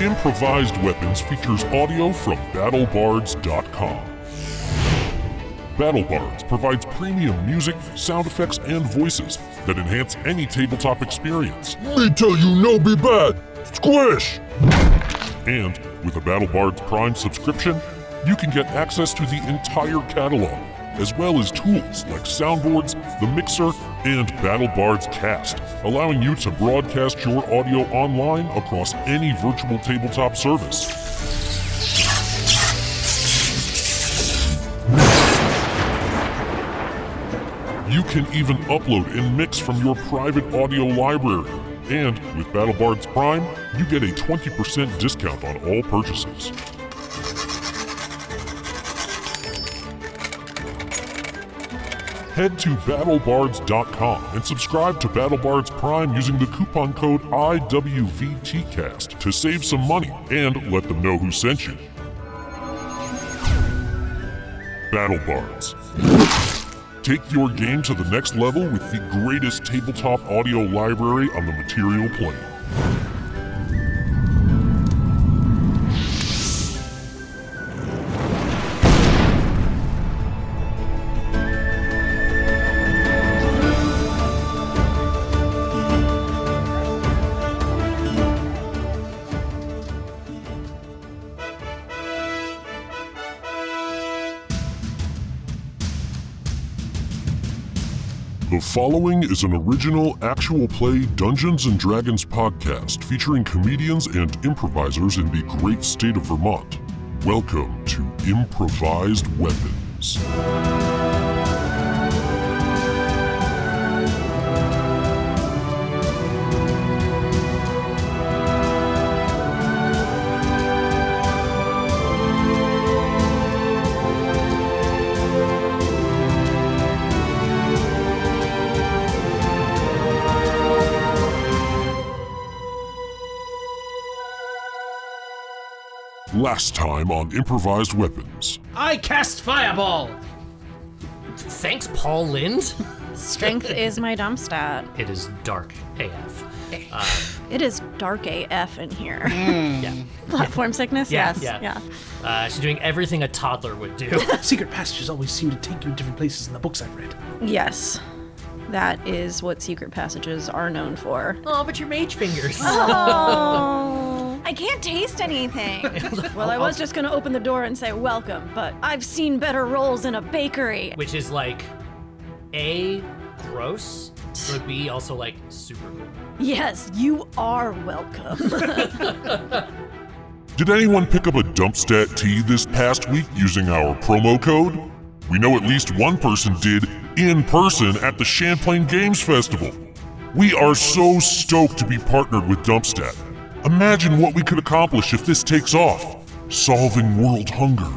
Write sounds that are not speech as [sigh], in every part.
Improvised Weapons features audio from BattleBards.com. BattleBards provides premium music, sound effects, and voices that enhance any tabletop experience. Me tell you no be bad. Squish! And with a BattleBards Prime subscription, you can get access to the entire catalog, as well as tools like soundboards, the mixer, and BattleBards Cast, allowing you to broadcast your audio online across any virtual tabletop service. You can even upload and mix from your private audio library. And with BattleBards Prime, you get a 20% discount on all purchases. Head to battlebards.com and subscribe to BattleBards Prime using the coupon code IWVTCast to save some money and let them know who sent you. BattleBards. Take your game to the next level with the greatest tabletop audio library on the material plane. The following is an original actual play Dungeons and Dragons podcast featuring comedians and improvisers in the great state of Vermont. Welcome to Improvised Weapons. Last time on Improvised Weapons. I cast Fireball! Thanks, Paul Lind. Strength is my dump stat. It is dark AF. It is dark AF in here. Hmm. Yeah. [laughs] Platform sickness? Yeah, yes. yeah. Yeah. Uh, she's doing everything a toddler would [laughs] do. Secret passages always seem to take you to different places in the books I've read. Yes. That is what secret passages are known for. oh, but your mage fingers. Oh. [laughs] I can't taste anything. well, I was just going to open the door and say welcome, but I've seen better rolls in a bakery. [laughs] Which is like A, gross, but B, also like super cool. Yes, you are welcome. Did anyone pick up a Dumpstat tea this past week using our promo code? We know at least one person did in person at the Champlain Games Festival. We are so stoked to be partnered with Dumpstat. Imagine what we could accomplish if this takes off solving world hunger,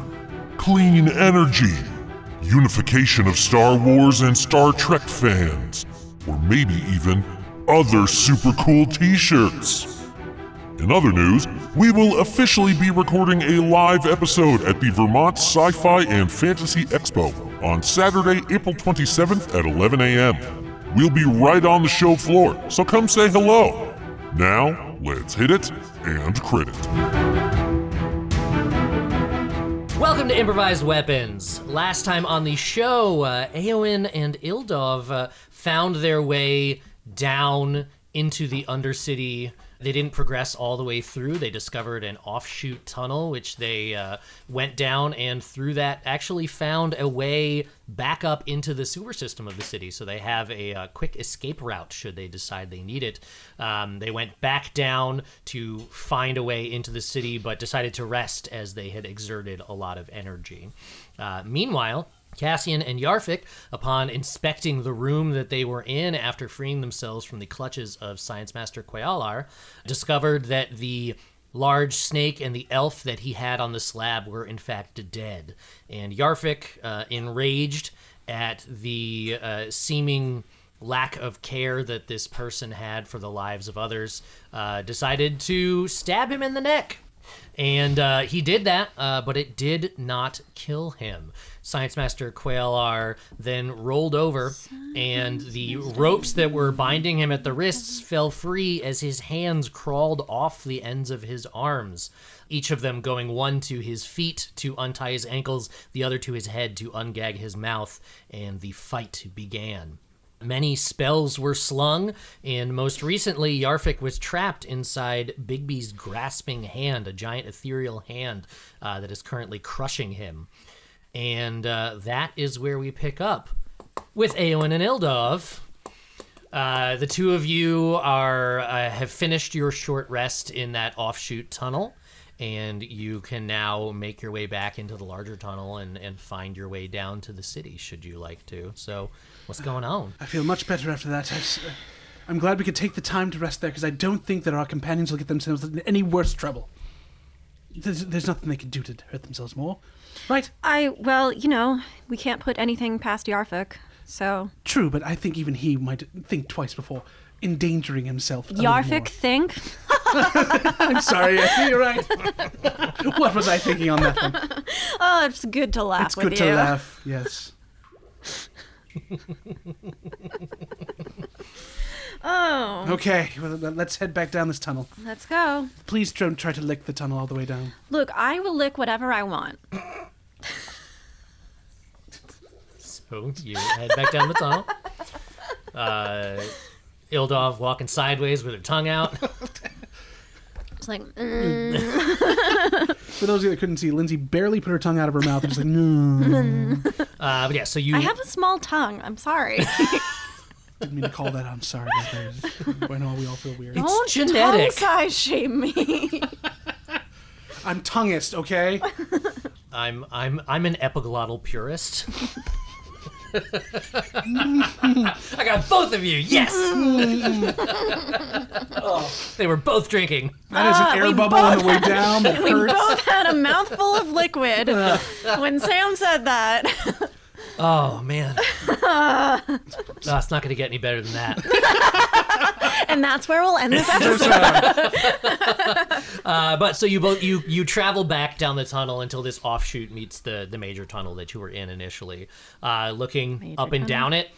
clean energy, unification of Star Wars and Star Trek fans, or maybe even other super cool t shirts. In other news, we will officially be recording a live episode at the Vermont Sci Fi and Fantasy Expo on Saturday, April 27th at 11 a.m. We'll be right on the show floor, so come say hello. Now, let's hit it and crit it. Welcome to Improvised Weapons. Last time on the show, uh, Eowyn and Ildov uh, found their way down into the Undercity. They didn't progress all the way through. They discovered an offshoot tunnel, which they uh, went down and through that actually found a way back up into the sewer system of the city. So they have a uh, quick escape route should they decide they need it. Um, they went back down to find a way into the city, but decided to rest as they had exerted a lot of energy. Uh, meanwhile, Cassian and Yarfik, upon inspecting the room that they were in after freeing themselves from the clutches of Science Master Quayalar, discovered that the large snake and the elf that he had on the slab were in fact dead. And Yarfik, uh, enraged at the uh, seeming lack of care that this person had for the lives of others, uh, decided to stab him in the neck. And uh, he did that, uh, but it did not kill him. Science Master Quail are then rolled over, and the ropes that were binding him at the wrists fell free as his hands crawled off the ends of his arms. Each of them going one to his feet to untie his ankles, the other to his head to ungag his mouth, and the fight began. Many spells were slung, and most recently, Yarfik was trapped inside Bigby's grasping hand, a giant ethereal hand uh, that is currently crushing him. And uh, that is where we pick up with Aowen and Ildov. Uh, the two of you are uh, have finished your short rest in that offshoot tunnel, and you can now make your way back into the larger tunnel and, and find your way down to the city, should you like to. So, what's going on? I feel much better after that. I s- uh, I'm glad we could take the time to rest there because I don't think that our companions will get themselves in any worse trouble. There's, there's nothing they can do to hurt themselves more. Right? [laughs] I, well, you know, we can't put anything past Yarfik. So, True, but I think even he might think twice before endangering himself. a little Yarfik, more. think. [laughs] I'm sorry, I think you're right. what was I thinking on that one? Oh, it's good to laugh It's with good you. to laugh, yes. Oh, Okay, well, let- let's head back down this tunnel. let's go. Please don't try to lick the tunnel all the way down. Look, I will lick whatever I want. So you head back down the tunnel. Uh, Ildov walking sideways with her tongue out. It's like, mm. For those of you that couldn't see, Lindsay barely put her tongue out of her mouth and just like, no. Uh, but yeah, so you I have a small tongue. I'm [laughs] sorry. Didn't mean to call that. out. I'm sorry about that. I know we all feel weird. Don't tongue genetic. size shame me. [laughs] I'm tonguist, okay? I'm I'm I'm an epiglottal purist. [laughs] I got both of you. Yes. Oh, they were both drinking. That is Ah, an air bubble on the way down [laughs] that hurts. Both had a mouthful of [laughs] liquid when Sam said that. [laughs] Oh man. No, it's not going to get any better than that. And that's where we'll [laughs] end this episode. Uh, but so you both you you travel back down the tunnel until this offshoot meets the the major tunnel that you were in initially. Uh, looking up and down it,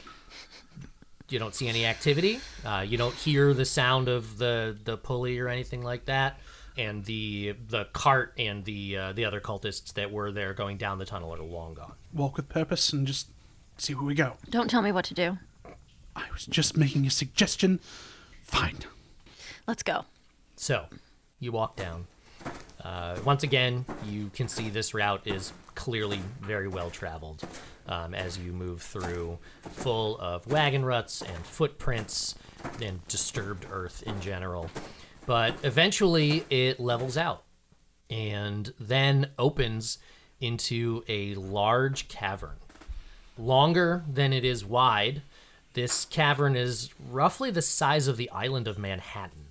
you don't see any activity. Uh, you don't hear the sound of the the pulley or anything like that. And the the cart and the uh, the other cultists that were there going down the tunnel are long gone. Walk with purpose and just see where we go. Don't tell me what to do. I was just making a suggestion. Fine. Let's go. So, you walk down. Uh, once again, you can see this route is clearly very well traveled um, as you move through, full of wagon ruts and footprints and disturbed earth in general. But eventually, it levels out and then opens into a large cavern. Longer than it is wide, this cavern is roughly the size of the island of Manhattan.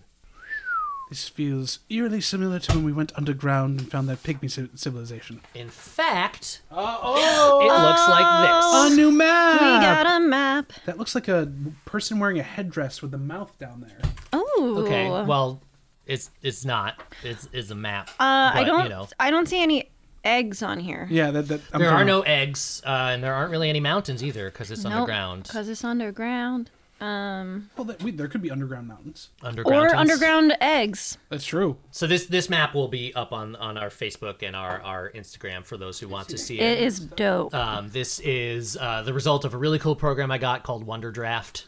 This feels eerily similar to when we went underground and found that pygmy ci- civilization. In fact, it looks like A Oh. new Uh. map! We got a map. That looks like a person wearing a headdress with a mouth down there. Oh. this. Okay, well, it's it's not. It's it's a map. Uh, I but, don't. You know, I don't see any eggs on here. Yeah, that, that I'm there fine are with- no eggs, uh, and there aren't really any mountains either because it's underground. Because it's underground. Well, that, we, there could be underground mountains. Underground. Or tents. underground eggs. That's true. So this this map will be up on on our Facebook and our our Instagram for those who want to see It it. is dope. Um, this is uh, the result of a really cool program I got called Wonder Draft.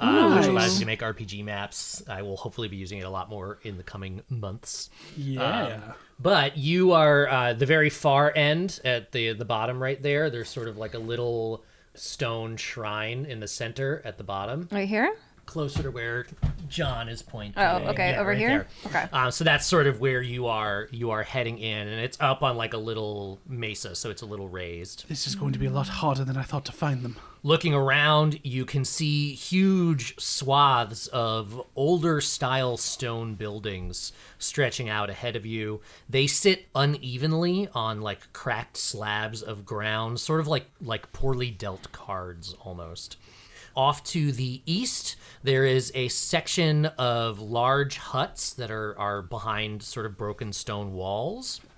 Uh, which allows you to make RPG maps. I will hopefully be using it a lot more in the coming months. Yeah. But you are uh, the very far end at the the bottom right there. There's sort of like a little stone shrine in the center at the bottom, right here. closer to where John is pointing. Oh, okay, over here? Okay. Uh, so that's sort of where you are you are heading in, and it's up on like a little mesa, so it's a little raised. This is going to be a lot harder than I thought to find them. Looking around, you can see huge swaths of older style stone buildings stretching out ahead of you. They sit unevenly on like cracked slabs of ground, sort of like like poorly dealt cards almost. Off to the east, there is a section of large huts that are, are behind sort of broken stone walls. I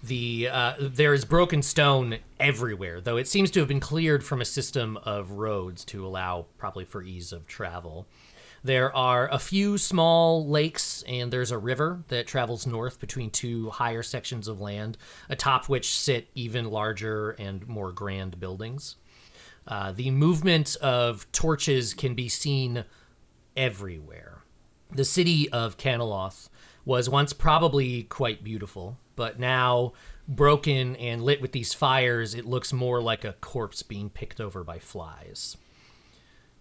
the uh, there is broken stone everywhere, though it seems to have been cleared from a system of roads to allow probably for ease of travel. There are a few small lakes, and there's a river that travels north between two higher sections of land, atop which sit even larger and more grand buildings. Uh, the movement of torches can be seen everywhere. The city of Caneloth was once probably quite beautiful, but now broken and lit with these fires, it looks more like a corpse being picked over by flies.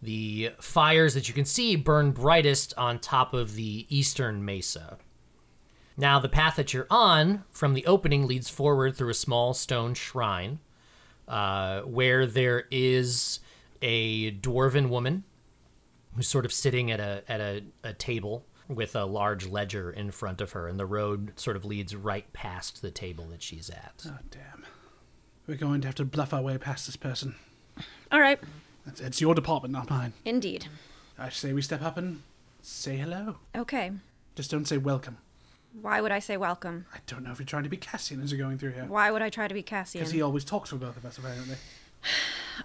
The fires that you can see burn brightest on top of the eastern mesa. Now, the path that you're on from the opening leads forward through a small stone shrine uh, where there is a dwarven woman who's sort of sitting at a at a, a table with a large ledger in front of her, and the road sort of leads right past the table that she's at. Oh, damn. We're going to have to bluff our way past this person. All right. It's, it's your department, not mine. Indeed. I say we step up and say hello. Okay. Just don't say welcome. Why would I say welcome? I don't know if you're trying to be Cassian as you're going through here. Why would I try to be Because he Cassian? always talks for both of us, apparently.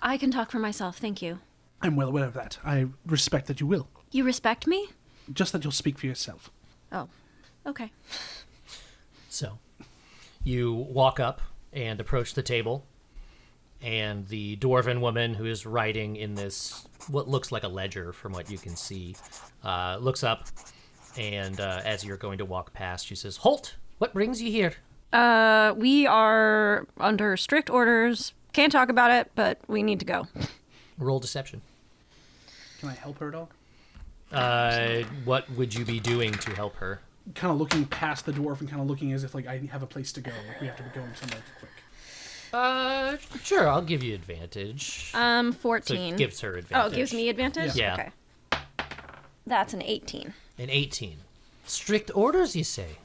I can talk for myself, thank you. I'm well aware of that. I respect that you will. You respect me? Just that you'll speak for yourself. Oh. Okay. So you walk up and approach the table, and the dwarven woman who is writing in this, what looks like a ledger from what you can see, uh, looks up, and uh, as you're going to walk past, she says, Halt! What brings you here? Uh, we are under strict orders. Can't talk about it, but we need to go. Roll deception. Can I help her at all? Uh, what would you be doing to help her? Kind of looking past the dwarf and kind of looking as if, like, I have a place to go. Like, we have to be going somewhere quick. Uh, sure, I'll give you advantage. Um, So it 14. gives her oh, advantage. it gives me advantage? Yeah. Okay. That's an 18. An 18. Strict orders, you say?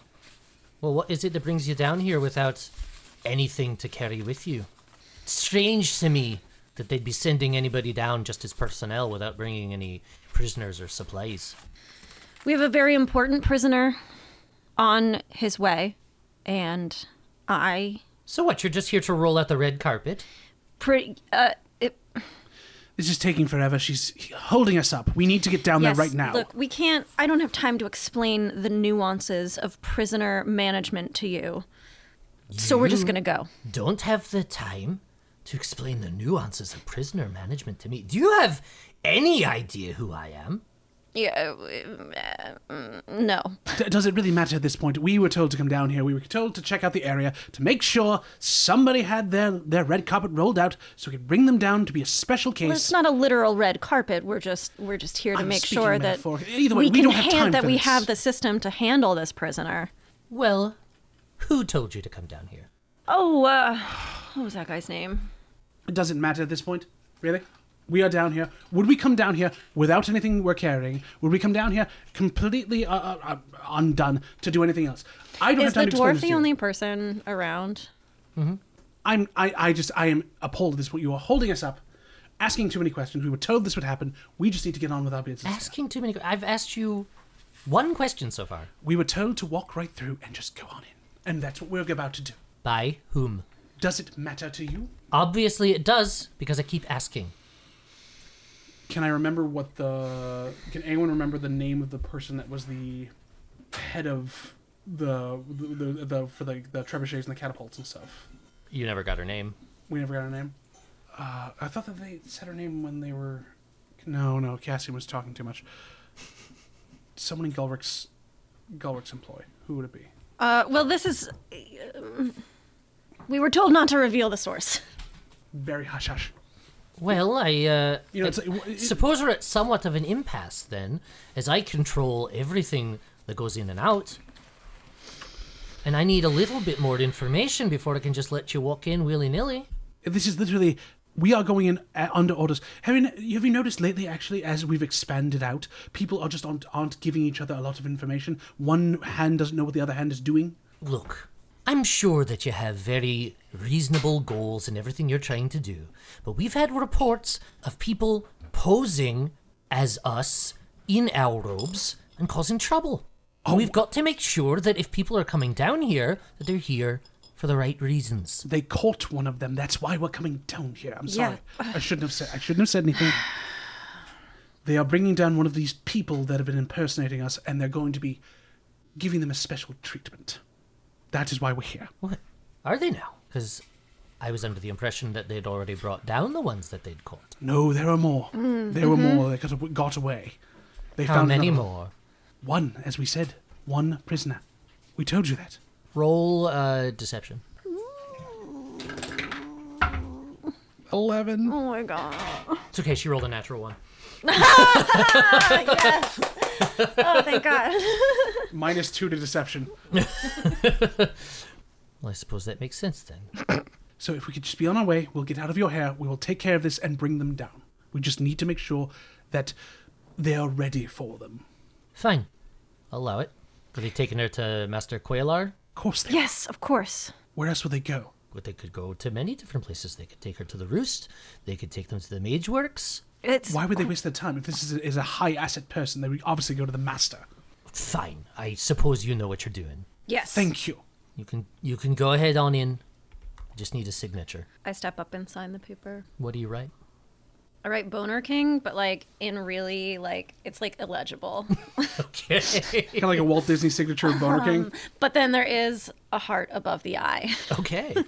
Well, what is it that brings you down here without anything to carry with you? Strange to me that they'd be sending anybody down just as personnel without bringing any prisoners or supplies. We have a very important prisoner on his way, and I So what, you're just here to roll out the red carpet? pretty uh it, This is taking forever. She's holding us up. We need to get down yes, there right now. Look, we can't. I don't have time to explain the nuances of prisoner management to you, so we're just gonna go. Don't have the time to explain the nuances of prisoner management to me. Do you have any idea who I am? Yeah. uh, mm, no. D- does it really matter at this point? We were told to come down here. We were told to check out the area to make sure somebody had their, their red carpet rolled out so we could bring them down to be a special case. Well, it's not a literal red carpet. We're just we're just here to I'm make speaking sure that metaphorically. Either way, we can don't have hand- time that for we this. have the system to handle this prisoner. Well, who told you to come down here? Oh, uh, what was that guy's name? It doesn't matter at this point, really. We are down here. Would we come down here without anything we're carrying? Would we come down here completely uh, uh, uh, undone to do anything else? I don't Is the have time to explain dwarf this to the you. only person around? I'm. I, I just. I am appalled at this point. You are holding us up, asking too many questions. We were told this would happen. We just need to get on with our business. Asking too many. que- I've asked you one question so far. We were told to walk right through and just go on in, and that's what we're about to do. By whom? Does it matter to you? Obviously, it does because I keep asking. Can I remember what the? Can anyone remember the name of the person that was the head of the the, the, the for the the trebuchets and the catapults and stuff? You never got her name. We never got her name. Uh, I thought that they said her name when they were. No, no, Cassian was talking too much. Someone in Gulrick's Gulrick's employ. Who would it be? Uh, well, this is. um, we were told not to reveal the source. Barry Hush Hush. Well, I uh, You know, I it's like- it- suppose we're at somewhat of an impasse then, as I control everything that goes in and out, and I need a little bit more information before I can just let you walk in willy nilly. This is literally. We are going in uh, under orders. Have you, have you noticed lately, actually, as we've expanded out, people are just aren't, aren't giving each other a lot of information. One hand doesn't know what the other hand is doing. Look, I'm sure that you have very reasonable goals in everything you're trying to do, but we've had reports of people posing as us in our robes Oh. and causing trouble. And We've got to make sure that if people are coming down here, that they're here for the right reasons. They caught one of them. That's why we're coming down here. I'm sorry. Yeah. I shouldn't have said. I shouldn't have said anything. They are bringing down one of these people that have been impersonating us, and they're going to be giving them a special treatment. That is why we're here. What are they now? Because I was under the impression that they'd already brought down the ones that they'd caught. No, there are more. There were more. They got, got away. They How found many another- more? One, as we said, one prisoner. We told you that. Roll uh, deception. Eleven. Oh my god. It's okay. She rolled a natural one. yes. Oh, thank God. Minus two to deception. Well, I suppose that makes sense then. So if we could just be on our way, we'll get out of your hair, we will take care of this and bring them down. We just need to make sure that they are ready for them. Fine, I'll allow it. Are they taking her to Master Quailar? Of course they yes, of course. Where else would they go? Well, they could go to many different places. They could take her to the Roost. They could take them to the Mage Works. It's Why would they waste their time? If this is a, is a high asset person, they would obviously go to the master. Fine. I suppose you know what you're doing. yes. Thank you. You can you can go ahead on in. I just need a signature. I step up and sign the paper. What do you write? I write Boner King, but like in really like it's like [laughs] illegible. Okay. Kind of like a Walt Disney signature of Boner King. but then there is a heart above the eye. okay. [laughs]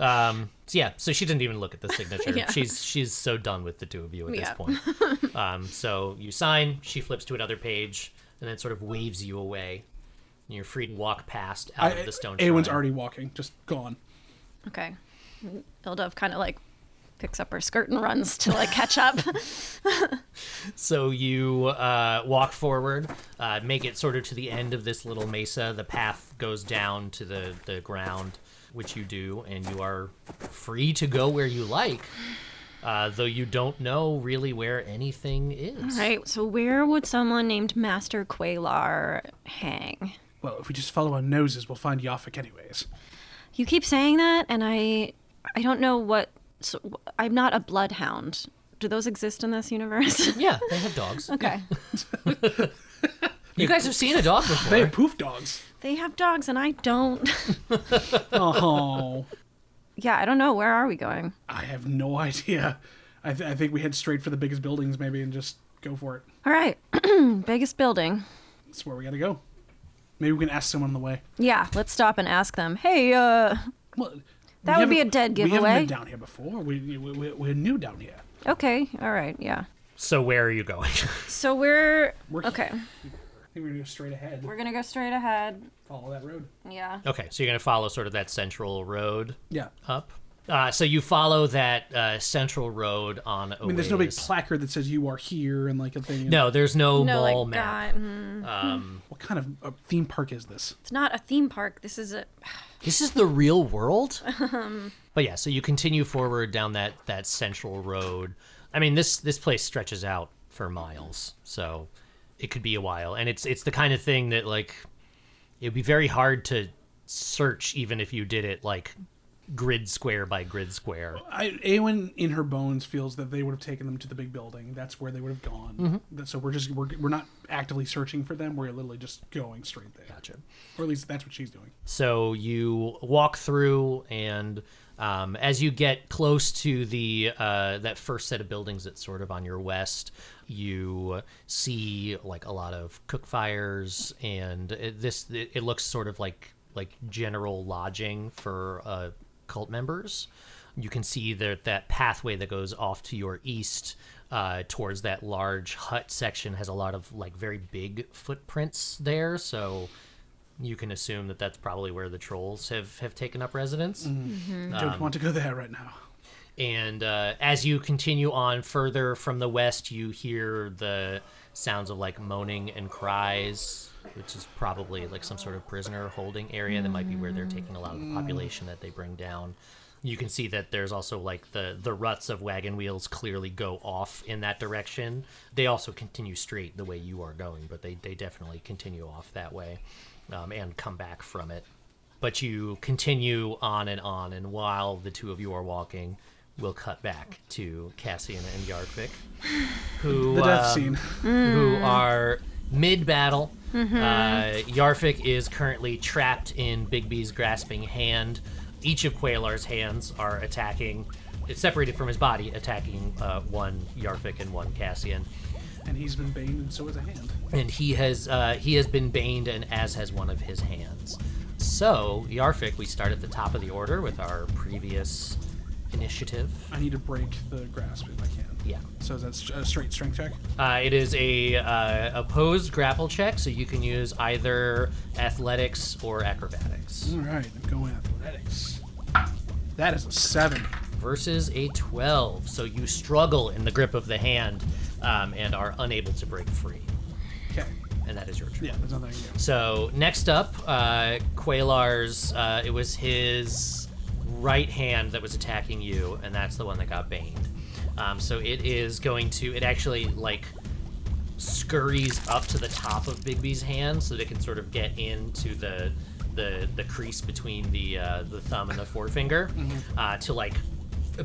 Um. So yeah. So she didn't even look at the [laughs] signature. Yeah. She's she's so done with the two of you at Yeah. this [laughs] point. Um. So you sign. She flips to another page and then sort of waves you away. And you're free to walk past out I- of the stone. Eowyn's shrine. already walking, just gone. Okay. Ildov kind of like picks up her skirt and runs to like catch up. So you uh, walk forward, uh, make it sort of to the end of this little mesa. The path goes down to the, the ground, which you do, and you are free to go where you like, uh, though you don't know really where anything [laughs] is. right. So where would someone named Master Quailar hang? Well, if we just follow our noses, we'll find Yafik anyways. You keep saying that, and I, I don't know what. So, I'm not a bloodhound. Do those exist in this universe? Yeah, they have dogs. [laughs] okay. You guys have seen a dog before. They have poof dogs. [laughs] they have dogs, and I don't. Oh, yeah, I don't know. Where are we going? I have no [laughs] idea. I, th- I think we head straight for the biggest buildings, maybe, and just go for it. All right. [clears throat] Biggest building. That's where we gotta go. Maybe we can ask someone on the way. Yeah, let's stop and ask them. Hey, uh, Well, That we would be haven't- a dead We haven't giveaway. been down here before. We, we, we, we're new down here. okay, all right, yeah. So where are you going? [laughs] So we're, We're okay. I think we're gonna go straight ahead. We're gonna go straight ahead. Follow that road. Yeah. okay, so you're going to follow sort of that central road Yeah. up. Uh, so you follow that uh, central road on I mean, there's no big placard that says you are here and like a thing. No, there's no, No, mall like, map. God, mm, What kind of uh, theme park is this? it's not a theme park. This is a, This is the real world. but yeah, so you continue forward down that that central road. I mean, this this place stretches out for miles, so it could be a while. And it's it's the kind of thing that like it'd be very hard to search even if you did it like grid square by grid square. I, Awen in her bones feels that they would have taken them to the big building. That's where they would have gone. That- So we're just we're, we're not actively searching for them. We're literally just going straight there. Gotcha. Or at least that's what she's doing. So you walk through, and um, as you get close to the uh, that first set of buildings that's sort of on your west, you see like a lot of cook fires, and it, this it, it looks sort of like like general lodging for uh, cult members. You can see that that pathway that goes off to your east uh, towards that large hut section has a lot of like very big footprints there, so you can assume that that's probably where the trolls have have taken up residence Mm-hmm. Um, Don't want to go there right now. and uh, as you continue on further from the west you hear the sounds of like moaning and cries which is probably like some sort of prisoner holding area that might be where they're taking a lot of the population that they bring down you can see that there's also like the the ruts of wagon wheels clearly go off in that direction they also continue straight the way you are going but they, they definitely continue off that way um, and come back from it but you continue on and on, and while the two of you are walking, we'll cut back to Cassian and Yarvik, who [sighs] The death um, scene. [laughs] who are mid battle. Uh, Yarfik is currently trapped in Bigby's grasping hand. Each of Quailar's hands are attacking, it's separated from his body, attacking uh, one Yarfik and one Cassian. and he's been baned, and so is a hand. And he has uh, he has been baned, and as has one of his hands. So Yarfik, we start at the top of the order with our previous initiative. I need to break the grasp if I can. Yeah. So that's a straight strength check. Uh, it is a uh, opposed grapple check, so you can use either athletics or acrobatics All right, I'm going athletics. That is a seven. versus a 12. So you struggle in the grip of the hand um, and are unable to break free, Okay. and that is your turn. Yeah, there's nothing I can do. So next up, uh, Quailar's. Uh, it was his right hand that was attacking you, and that's the one that got baned. Um, so it is going to. It actually like scurries up to the top of Bigby's hand so that it can sort of get into the the, the crease between the uh, the thumb and the forefinger uh, to like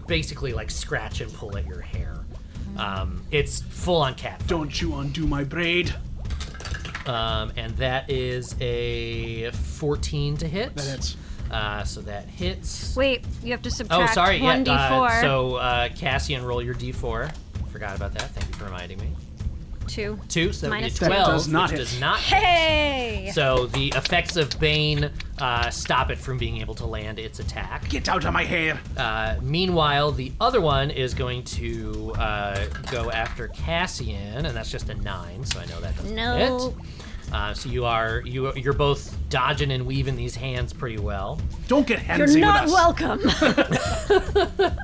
basically like scratch and pull at your hair. Um, it's full on cat. Don't you undo my braid? Um, and that is a 14 to hit. That hits. Uh, so that hits. Wait, you have to subtract oh, sorry. Yeah. 1d4. uh, so uh, Cassian, roll your d4. Forgot about that. Thank you for reminding me. two. Two. So that would be a Minus 12. two. Does not which hit. does not hit. Hey! So the effects of Bane uh, stop it from being able to land its attack. Get out of my hair. Uh, meanwhile, the other one is going to uh, go after Cassian, and that's just a nine, so I know that doesn't No. hit. Uh, so you are you you're both dodging and weaving these hands pretty well. Don't get handsy You're not with us. welcome.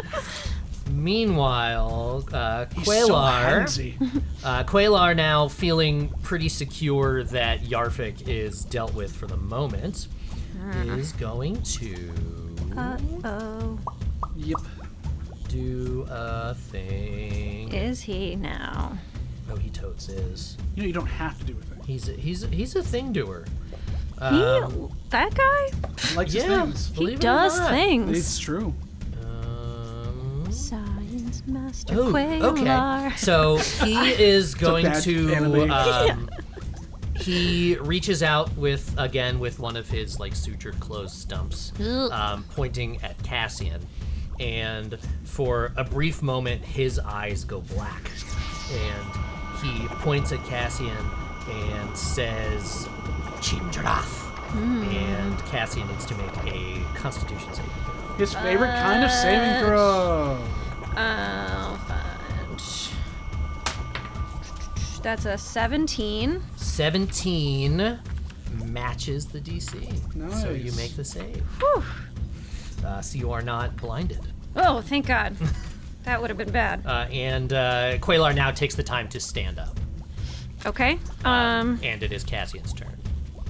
[laughs] Meanwhile, uh, He's Quelar, So handsy. uh, Quelar now feeling pretty secure that Yarfik is dealt with for the moment, is going to Oh, yep. do a thing. is he now? Oh, he totes is. You know you don't have to do a thing. He's a, he's a, he's a thing doer. He- that guy? He likes Yeah, his things. Um, believe it or Does not. things. It's true. Um, Science Master ooh, Oh, okay. Quailar. So he is going bad to. [laughs] anime. Um, he reaches out with again with one of his like sutured closed stumps, Ugh. um, pointing at Cassian, and for a brief moment his eyes go black, and he points at Cassian and says, "Chimdrath," Hmm. and Cassian needs to make a Constitution saving throw. His favorite kind of saving throw. Oh, fudge. That's a 17. 17 matches the DC. So you Nice. make the save. Uh, so you are not blinded. Oh, thank [laughs] God. That would have been bad. Uh, and uh, Quailar now takes the time to stand up. Okay. Um. And it is Cassian's turn.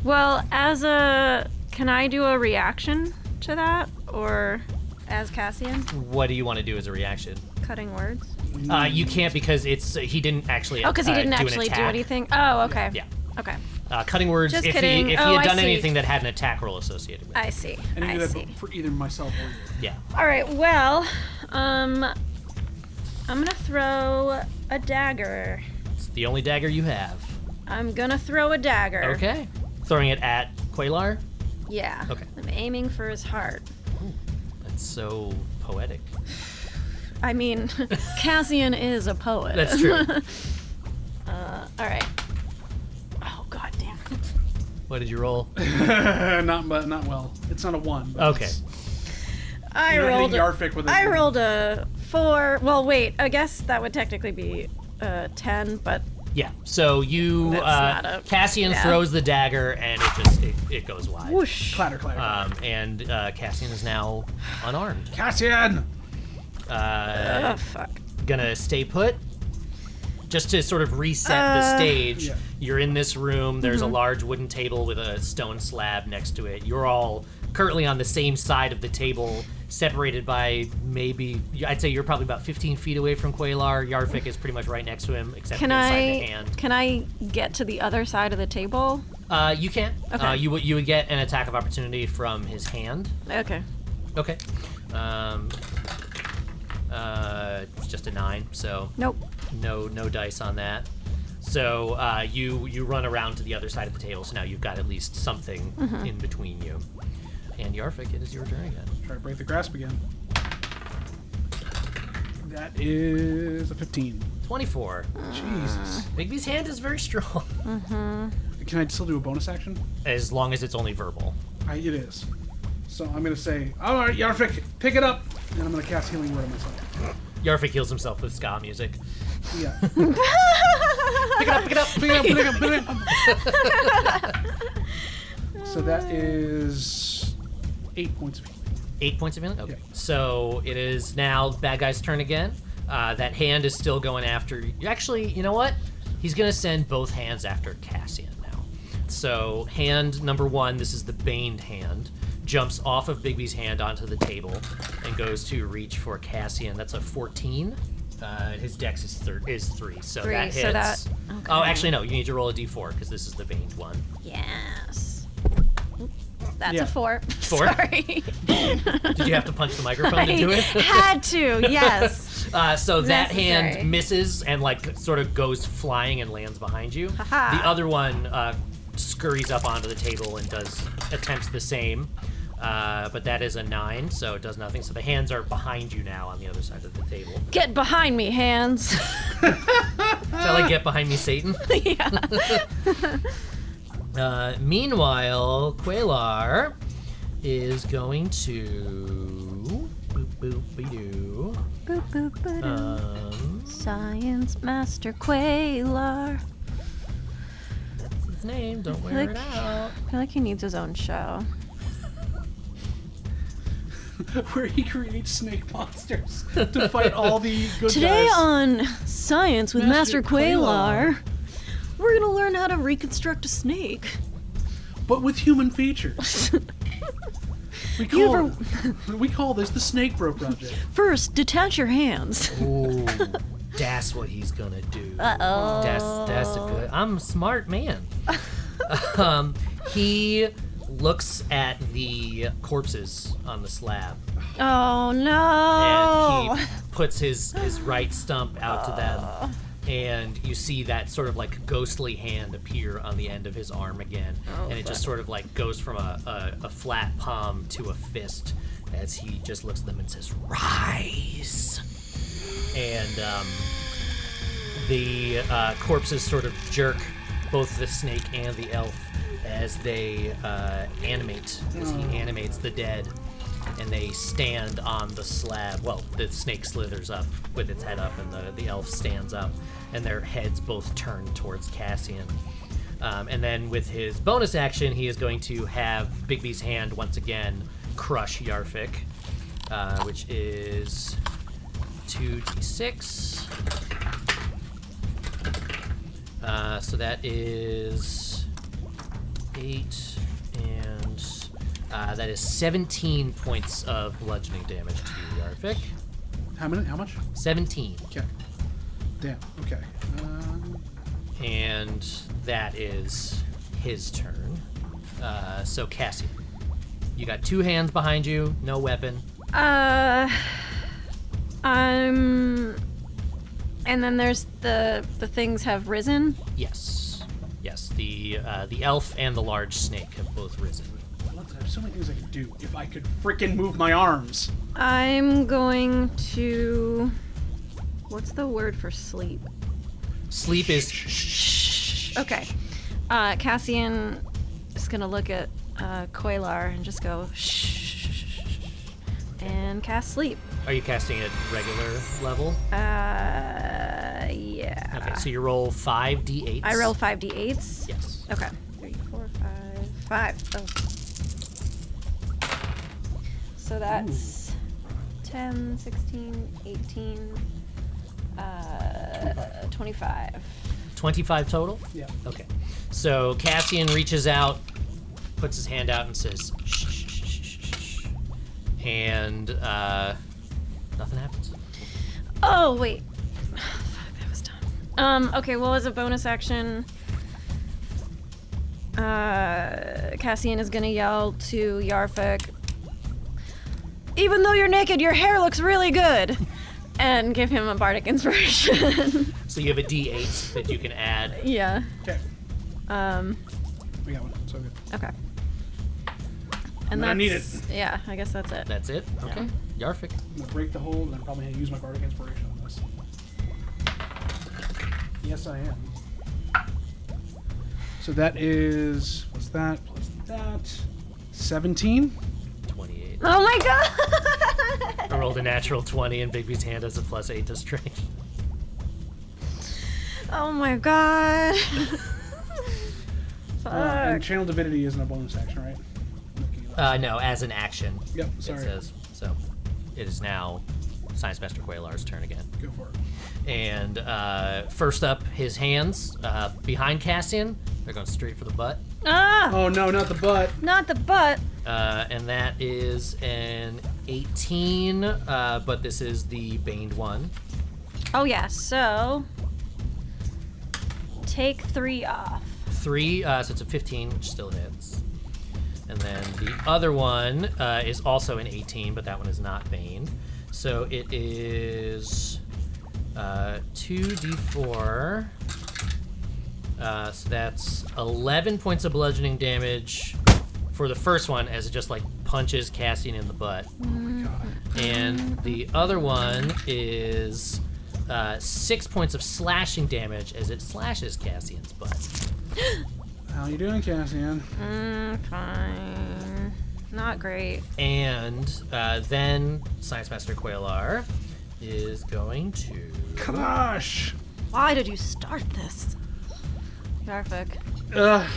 Well, as a, can I do a reaction to that, or as Cassian, What do you want to do as a reaction? cutting words? Uh, you can't because it's he didn't actually. Oh, because he uh, didn't do an actually do attack. anything. Oh, okay. Yeah. Okay. Uh, cutting words. Just if kidding. he if he Oh, I had done see. anything that had an attack roll associated with. it. I see. And you I do that see. for either myself or you. Yeah. All right. Well, um, I'm gonna throw a dagger. It's the only dagger you have. I'm gonna throw a dagger. Okay. Throwing it at Quailar. Yeah. Okay. I'm aiming for his heart. That's so poetic. [laughs] I mean, Cassian is a poet. That's true. [laughs] all right. Oh God damn. what did you roll? Uh, not but not well. It's not a one. But Okay. it's- I You're hitting rolled. a- Yarfik with a I rolled a four. Well, wait. I guess that would technically be a ten, but Yeah. So you, That's uh, not a- Cassian yeah. throws the dagger, and it just it, it goes wide. whoosh. Clatter clatter. Um, and uh, Cassian is now unarmed. Cassian. Oh fuck. Gonna stay put. Just to sort of reset Uh, the stage, Yeah. you're in this room. There's Mm-hmm. a large wooden table with a stone slab next to it. You're all currently on the same side of the table, separated by maybe I'd say you're probably about 15 feet away from Quailar. Yarvik is pretty much right next to him, except Can inside the I? hand. Can I get to the other side of the table? Uh, you can. Okay. Uh, you would you would get an attack of opportunity from his hand. Okay. Okay. Um, uh, it's just a nine, so [laughs] Nope. no no dice on that. So uh, you you run around to the other side of the table. So now you've got at least something in between you. And Yarvik, it is your turn again. Try to break the grasp again. That is a 15. Twenty-four. Jesus. Bigby's hand is very [laughs] strong. Can I still do a bonus action? As long as it's only verbal. I, it is. So I'm going to say, all right, Yarvik, pick it up. And I'm going to cast Healing Word on myself. Yarvik heals himself with ska music. Yeah. Pick it up, pick it up, pick it up, pick it up. so that is eight points of healing. [laughs] Eight points of healing. Okay. Yeah. So it is now bad guy's turn again. Uh, that hand is still going after. Actually, you know what? He's gonna send both hands after Cassian now. So hand number one, this is the baned hand, jumps off of Bigby's hand onto the table and goes to reach for Cassian. That's a 14. Uh, his dex is thir- is three, so Three, that hits. so that- Oh, actually no, you need to roll a d4 because this is the baned one. Yes. That's Yeah. a four. [laughs] Four? Sorry. Did you have to [laughs] punch the microphone to do it? Had to, yes. Uh, so that Necessary. hand misses and like sort of goes flying and lands behind you. Haha. The other one uh, scurries up onto the table and does attempts the same, uh, but that is a nine, so it does nothing. So the hands are behind you now on the other side of the table. Get behind me, hands. [laughs] Shall Ah. I get behind me, Satan? [laughs] uh, meanwhile, Quelar is going to. Boop, boop, be-doo. Boop, boop, boop. Um, Science Master Quaylar. what's his name? Don't wear it Click. out. I feel like he needs his own show. Where he creates snake monsters to fight all the good Today guys. on Science with Master Master, Quaylar, we're gonna learn how to reconstruct a snake. but with human features. We You call, [laughs] we call this the Snake Bro Project. First, detach your hands. Ooh, that's what he's gonna do. Uh-oh. That's that's a good. I'm a smart man. [laughs] um, he looks at the corpses on the slab Oh and no! he puts his his right stump out to them. And you see that sort of like ghostly hand appear on the end of his arm again, and it just sort of like goes from a, a, a flat palm to a fist as he just looks at them and says, "Rise." and um, the uh, corpses sort of jerk both the snake and the elf as they uh, animate, as he animates the dead, and they stand on the slab. Well, the snake slithers up with its head up, and the, the elf stands up, and their heads both turn towards Cassian. Um, and then with his bonus action, he is going to have Bigby's hand once again crush Yarfik, uh, which is 2d6. Uh, so that is 8 and uh, that is 17 points of bludgeoning damage to you, Yarvik. How many? How much? 17. Okay. Damn. Okay. Um, And that is his turn. Uh, so, Cassie, you got two hands behind you, no weapon. Uh, um, and then there's the the things have risen. Yes. Yes, the, uh, the elf and the large snake have both risen. lots- I have so many things I could do if I could freaking move my arms. I'm going to. What's the word for sleep? Sleep is Okay. Uh, Cassian is gonna look at uh, Koilar and just go shh, and cast sleep. Are you casting at regular level? Uh, yeah. Okay, so you roll five d8s. I roll five d8s. Yes. Okay. Three, four, five, five. Oh. So that's 10, 16, 18, uh, 25. Twenty-five total. Yeah. Okay. So Cassian reaches out, puts his hand out, and says, shh, shh, shh, shh, shh, shh. and uh, nothing happens. Oh, wait. [sighs] Fuck, that was dumb. Um, okay, well, as a bonus action, uh, Cassian is gonna yell to Yarfik, even [laughs] though you're naked, your hair looks really good! And give him a bardic inspiration. [laughs] So So you have a D8 that you can add. Yeah. Okay, Um. we got one. So good. Okay. And I that's need yeah. I guess that's it. That's it. Okay. Yarfik. I'm gonna break the hold, and I'm probably gonna use my bardic inspiration on this. Yes, I am. So that is what's that plus that, seventeen. 28. [laughs] Oh my god! I rolled a natural 20, and Bigby's hand has a plus 8 to strength. [laughs] oh my [laughs] god! Uh, Um, and channel divinity isn't a bonus action, right? Looking it up. Uh, no, as an action. Yep, It sorry. says. So it is now Science Master Quaylar's turn again. Go for it. And uh, first up, his hands uh, behind Cassian. They're going straight for the butt. ah, Oh no, not the butt. not the butt. Uh, and that is an 18, uh, but this is the Baned one. Oh yeah. So take three off. Three, uh, so it's a 15, which still hits. And then the other one uh, is also an 18, but that one is not Bane. So it is uh, 2d4. Uh, so that's 11 points of bludgeoning damage for the first one as it just like punches Cassian in the butt. And the other one is uh, six points of slashing damage as it slashes Cassian's butt. How you doing, Cassian? Mm, fine. Not great. And uh, then Science Master Quailar is going to. Gosh. Why did you start this? Yarfik. Ugh.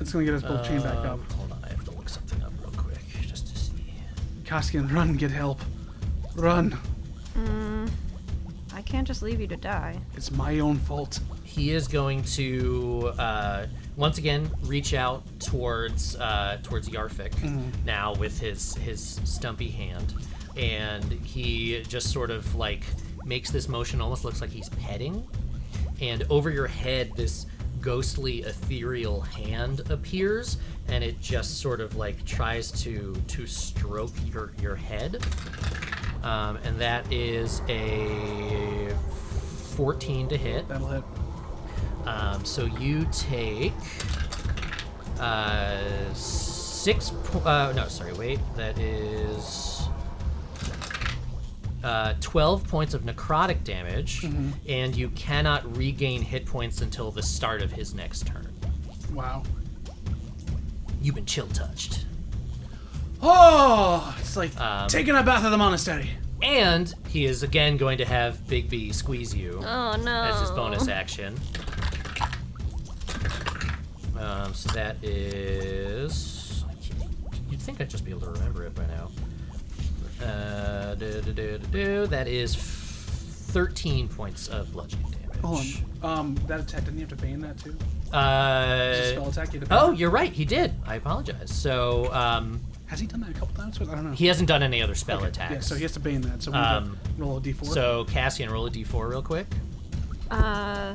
It's gonna get us both chained back up. Um, hold on, I have to look something up real quick just to see. Cassian, run, get help. Run. I can't just leave you to die. It's my own fault. He is going to uh, once again reach out towards uh, towards Yarfik now with his his stumpy hand, and he just sort of like makes this motion, almost looks like he's petting, and over your head this ghostly ethereal hand appears, and it just sort of like tries to to stroke your your head, um, and that is a. 14 to hit. That'll hit. Um, so you take uh, six. Po- uh, no, sorry. Wait, that is uh, twelve points of necrotic damage, and you cannot regain hit points until the start of his next turn. Wow. You've been chill touched, Oh, it's like Um, taking a bath at the monastery. and he is again going to have Bigby squeeze you. Oh no. That's his bonus action. Um, so that is. I can't- You'd think I'd just be able to remember it by now. Uh, do, do, do, do, do. That is f- 13 points of bludgeoning damage. Hold on. Um, that attack didn't you have to bane that too? It's a spell Uh, attack. You had to oh, bane. you're right. He did. I apologize. So um, Has he done that a couple times? I don't know. he hasn't done any other spell Okay, attacks. Yeah, so he has to bane that. So we Um, need to roll a d4. So Cassian, roll a d4 real quick. Uh,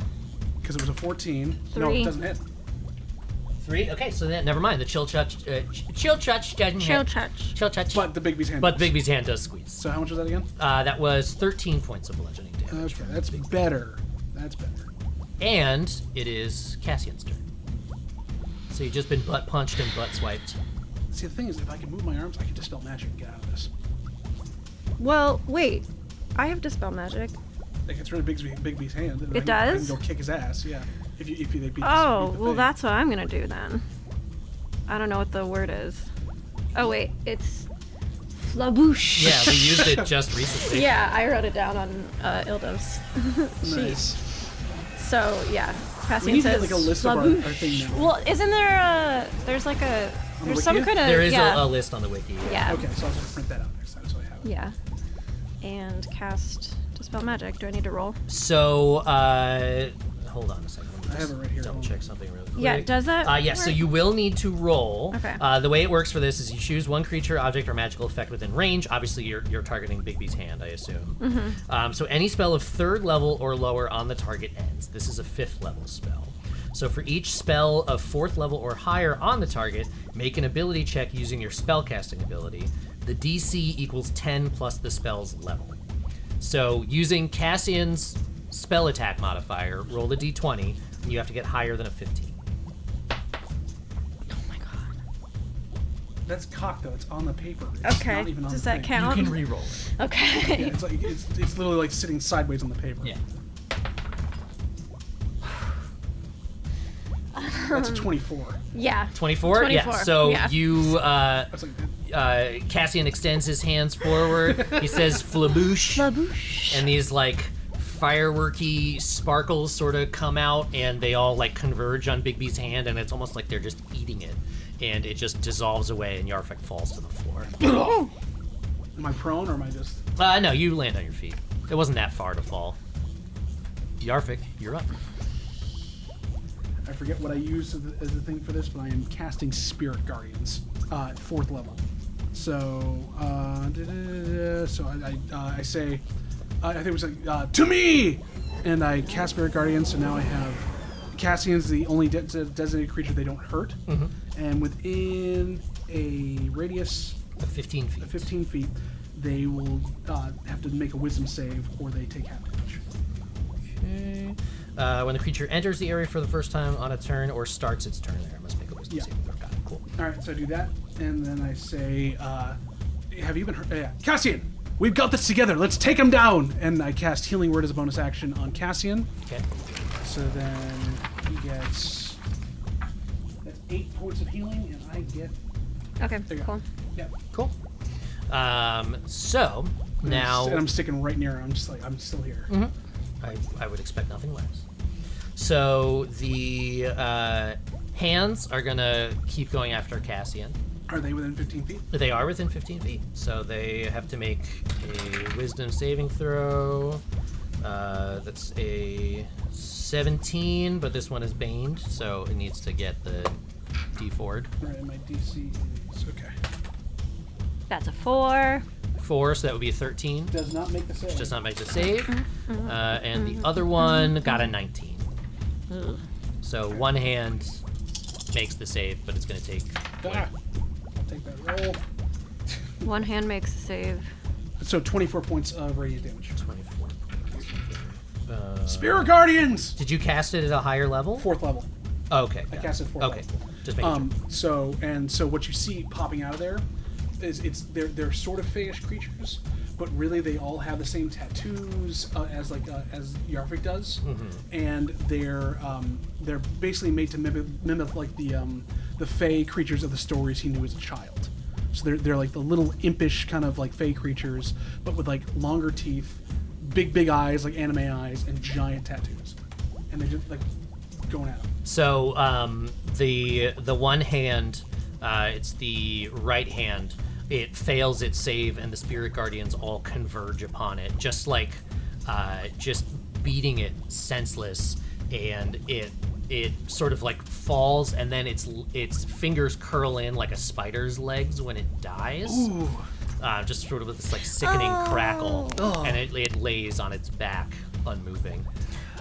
because it was a 14. No, Three. it doesn't hit. Three. Okay, so then never mind. The chill touch, uh, ch- chill touch doesn't chill hit. touch. Chill touch. But the Bigby's hand. But does. Bigby's hand does squeeze. So how much was that again? Uh, that was 13 points of bludgeoning damage. Okay, that's better. That's better. And it is Cassian's turn. So you've just been butt punched and butt [laughs] swiped. See, the thing is, if I could move my arms, I could dispel magic and get out of this. Well, wait. I have dispel magic. It gets rid of Bigby, Bigby's hand. And It I can- does? I can go kick his ass. Yeah. If you, if you, they beat Oh, beat the well, thing. that's what I'm gonna do then. I don't know what the word is. Oh wait, it's flabouche. Yeah, we used it just recently. Yeah, I wrote it down on uh, Ildos. [laughs] nice. So yeah, We Cassian need to says get like a list of our, our flabouche. thing now. Well, isn't there a? There's like a. There's some Wikia? kind of. There is yeah, a, a list on the wiki. yeah. Okay, so I'll just print that out next time so I have it. Yeah. And cast dispel magic. Do I need to roll? So, uh, hold on a second. Let me I have just it right here. double check something really quick. Yeah, does that Uh, yes, so work? you will need to roll. Okay. Uh, the way it works for this is you choose one creature, object, or magical effect within range. Obviously, you're, you're targeting Bigby's hand, I assume. Um, so any spell of third level or lower on the target ends. This is a fifth level spell. So for each spell of fourth level or higher on the target, make an ability check using your spellcasting ability. The DC equals 10 plus the spell's level. So using Cassian's spell attack modifier, roll a d20, and you have to get higher than a 15. Oh my god. That's cocked though. It's on the paper. It's Okay. Not even on Does the that thing. count? You can re-roll it. okay. Yeah, it's like it's, it's literally like sitting sideways on the paper. Yeah. That's a 24. [laughs] Yeah. 24? Yeah. 24, So yeah. you, uh, That's like uh, Cassian extends his hands forward. he says flaboosh. And these, like, fireworky sparkles sort of come out and they all, like, converge on Bigby's hand and it's almost like they're just eating it. And it just dissolves away and Yarfik falls to the floor. am I prone or am I just Uh, no, you land on your feet. It wasn't that far to fall. Yarfik, you're up. I forget what I used as the, as the thing for this, but I am casting Spirit Guardians uh, at fourth level. So, uh, da- da- da- da- so I, I, uh, I say, I I think it was like, uh, to me! And I cast Spirit Guardians, so now I have. Cassian's the only de- de- designated creature they don't hurt. And within a radius 15 feet. of 15 feet, they will uh, have to make a wisdom save or they take half damage. Uh, when the creature enters the area for the first time on a turn or starts its turn there, it must make a wisdom Yeah. saving throw. Got it. Cool. All right, so I do that, and then I say, uh, "Have you been hurt?" yeah. Cassian, we've got this together. Let's take him down. And I cast Healing Word as a bonus action on Cassian. Okay. So then he gets that's eight points of healing, and I get Okay. you go. Cool. yeah. Cool. Um, so and now Mm-hmm. I'm sticking right near. her. I'm just like I'm still here. I, I would expect nothing less. So the uh, hands are gonna keep going after Cassian. Are they within 15 feet? They are within 15 feet, so they have to make a wisdom saving throw. Uh, that's a 17, but this one is baned, so it needs to get the d4. All right, and my DC is okay. That's a four. 4, so that would be a 13. Does not make the save. Does not make the save. Uh, and the other one got a 19. So one hand makes the save, but it's going to take. Ah, I'll take that roll. One hand makes a save. So 24 points of radiant damage. 24 points. Uh, Spirit Guardians, did you cast it at a higher level? fourth level. Okay. got cast it four Okay. level. Just making Um, so and so, what you see popping out of there is it's they're they're sort of fish creatures, but really they all have the same tattoos uh, as like uh, as Yarvik does, Mm-hmm. and they're um, they're basically made to mimic, mimic like the um, the fey creatures of the stories he knew as a child. So they're they're like the little impish kind of like fey creatures, but with like longer teeth, big big eyes like anime eyes, and giant tattoos, and they just like going at them. So um, the the one hand, uh, it's the right hand. It fails its save, and the spirit guardians all converge upon it, just like uh, just beating it senseless, and it it sort of like falls, and then its its fingers curl in like a spider's legs when it dies. Uh, just sort of with this like sickening crackle, and it, it lays on its back, unmoving.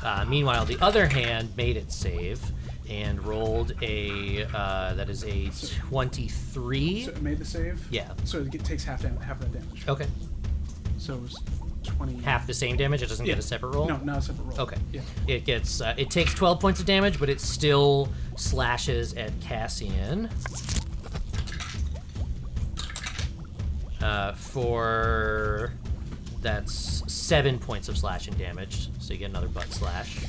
Uh, meanwhile, the other hand made it save and rolled a uh, that is a twenty-three. So it made the save. Yeah. So it get- takes half dam- half of that damage. Okay, So it was twenty. half the same damage. It doesn't Yeah. get a separate roll. No, not a separate roll. Okay. Yeah. It gets uh, it takes twelve points of damage, but it still slashes at Cassian. Uh, for that's seven points of slashing damage, so you get another butt slash.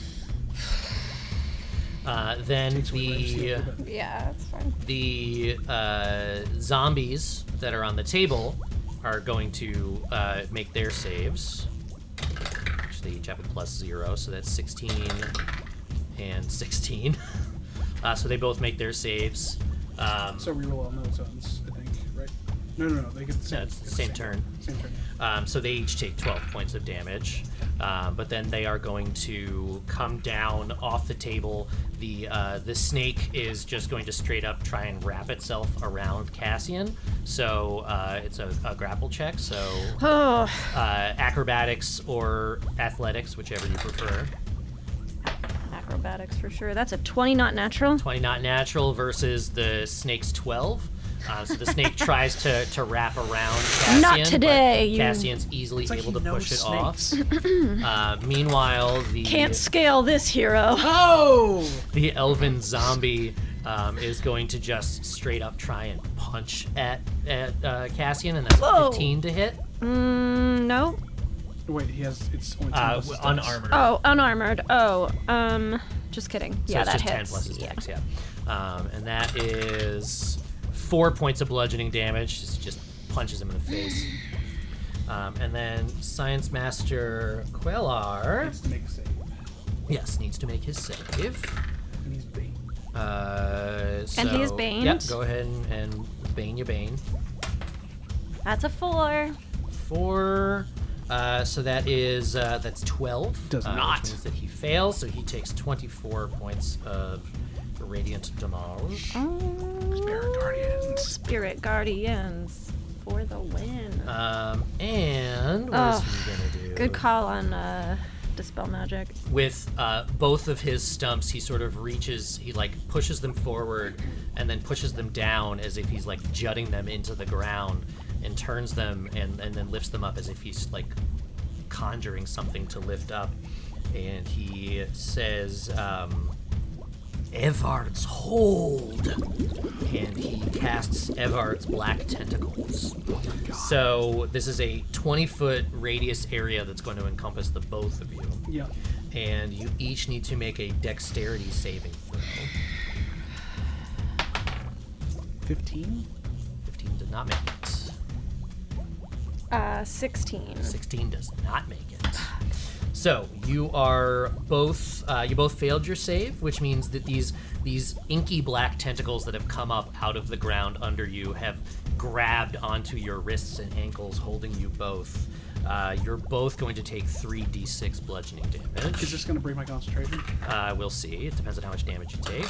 Uh, then the Yeah, that's fine. the uh, zombies that are on the table are going to uh, make their saves. Which they each have a plus zero, so that's 16 and 16. [laughs] Uh, so they both make their saves. Um, So we roll on those ones, I think, right? No, no, no. They get the same. No, it's the it's same turn. Same turn. Um, so they each take 12 points of damage. Um, but then they are going to come down off the table. The uh, the snake is just going to straight up try and wrap itself around Cassian. So uh, it's a, a grapple check. [sighs] So uh, Oh. acrobatics or athletics, whichever you prefer. Acrobatics for sure. That's a 20, not natural. 20 not natural versus the snake's 12. Um, so the [laughs] snake tries to, to wrap around Cassian. Not but today, you- Cassian's easily It's like able he to knows push it snakes. [laughs] off. Uh, meanwhile, the Can't scale this hero. Oh! the elven zombie um, is going to just straight up try and punch at at uh, Cassian, and that's a Whoa. 15 to hit. No. Wait, he has. It's only 10 Uh, plus his dex. unarmored. Oh, unarmored. Oh, um, just kidding. so yeah, it's that just hits. 10 plus his yeah. dex, yeah. Um, and that is four points of bludgeoning damage. Just, just punches him in the face. Um, and then Science Master Quellar, Needs to make a save. yes, needs to make his save. And he's bait. Uh, so, And he is baned. Yep, go ahead and, and bane your bane. That's a four. four. Uh, so that is uh, that's twelve. Does uh, which not. means that he fails, so he takes twenty-four points of radiant damage. Spirit Guardians. Spirit guardians for the win. Um, and what is he gonna do? Good call on uh, dispel magic. With uh, both of his stumps, he sort of reaches, he like pushes them forward, and then pushes them down as if he's like jutting them into the ground, and turns them and and then lifts them up as if he's like conjuring something to lift up. And he says, um, Evard's hold. And he casts Evard's black tentacles. so this is a 20 foot radius area that's going to encompass the both of you. Yeah. And you each need to make a dexterity saving throw. 15? 15 did not make it. Uh, 16. 16 does not make it. So you are both uh, you both failed your save, which means that these these inky black tentacles that have come up out of the ground under you have grabbed onto your wrists and ankles, holding you both. Uh, you're both going to take three d6 bludgeoning damage. Is this gonna break my concentration? Uh, we'll see. It depends on how much damage you take.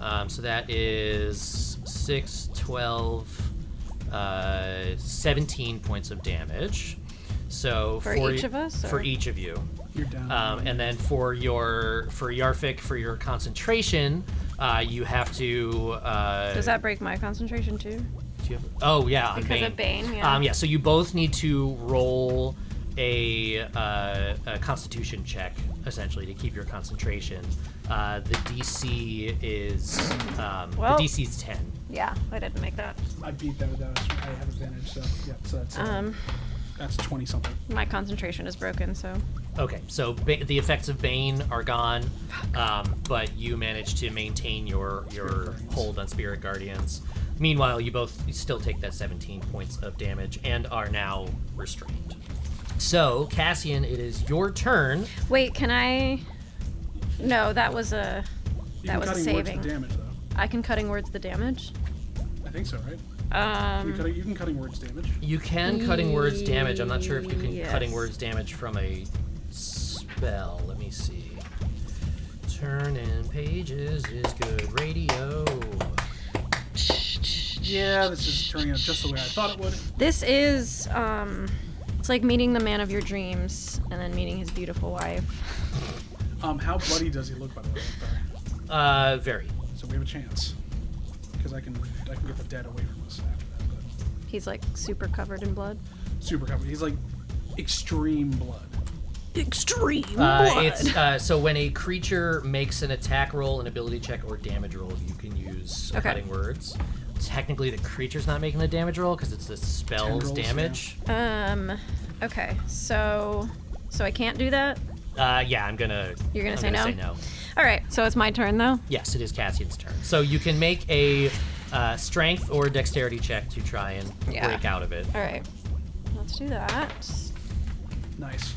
Um, so that is 6, 12, uh, 17 points of damage. So For each of us, For or- each of you. You're down. Um, and then for your for Yarfik for your concentration, uh, you have to. Uh, Does that break my concentration too? do you have- oh yeah, on Because Bane. of Bane, yeah. Um, yeah. So you both need to roll a, uh, a Constitution check essentially to keep your concentration. Uh, the DC is um, Well. the DC is ten. Yeah, I didn't make that. I beat that without. I have advantage, so yeah. So that's uh, that's twenty something. My concentration is broken, so. Okay, so ba- the effects of Bane are gone, um, but you managed to maintain your your Guardians. hold on Spirit Guardians. Meanwhile, you both still take that 17 points of damage and are now restrained. So, Cassian, it is your turn. Wait, can I? No, that was a. You That can was a cutting words saving. for damage though. I can cutting words the damage. I think so, right? Um, You, cutting, you can cutting words damage. You can cutting words damage. I'm not sure if you can Yes. cutting words damage from a spell. Let me see. Turning pages is good radio. Yeah, this is turning out just the way I thought it would. this is um, it's like meeting the man of your dreams and then meeting his beautiful wife. Um, how bloody does he look by the way? up there? Uh, very. So we have a chance, because I can I can get the dead away from us after that. But He's like super covered in blood. super covered. He's like extreme blood. Extreme. Uh, it's uh, so when a creature makes an attack roll, an ability check, or damage roll, you can use Okay. cutting words. Technically, the creature's not making the damage roll because it's the spell's Tendrils, yeah. damage. Um, okay, so so I can't do that. Uh, yeah, I'm gonna. You're gonna I'm say gonna no? Say no. All right, so it's my turn though. Yes, it is Cassian's turn. So you can make a uh, strength or dexterity check to try and Yeah. break out of it. All right, let's do that. Nice.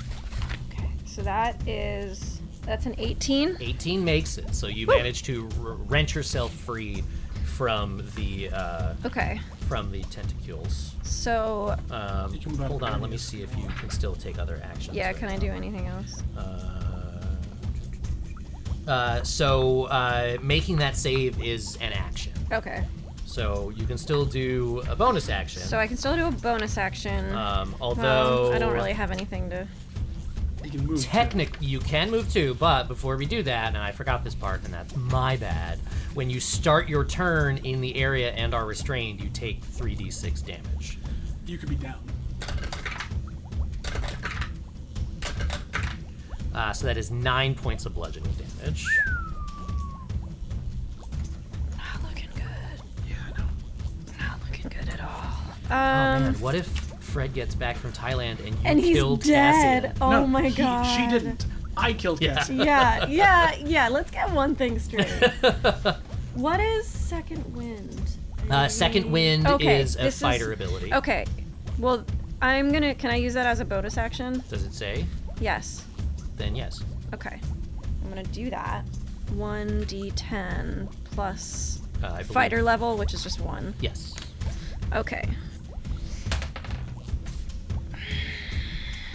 Okay, so that is that's an 18. 18 makes it, so you manage to r- wrench yourself free from the uh, Okay, from the tentacles. so Um, can move out hold of on, let me areas. see if you can still take other actions. yeah, right can I do anything else? Uh, so uh, making that save is an action. Okay, So you can still do a bonus action. so I can still do a bonus action. um, although Well, I don't really have anything to. You can move. Technic, you can move too, but before we do that, and I forgot this part, and that's my bad. When you start your turn in the area and are restrained, you take 3d6 damage. You could be down. Uh, so that is nine points of bludgeoning damage. Oh, Not looking good. Yeah, I know. Um, Not looking good at all. oh man, what if Fred gets back from Thailand and you Um, And he's killed dead. Cassian? Oh no, my he- god. She didn't. I killed Yeah. Cassie. Yeah, [laughs] yeah, yeah. Let's get one thing straight. Oh. what is second wind? [laughs] Uh, second wind Okay, is a this is- fighter ability. Okay. Well, I'm gonna. Can I use that as a bonus action? Does it say? Yes. Then yes. Okay. I'm gonna do that. 1d10 plus Uh, I believe- fighter level, which is just one. Yes. Okay.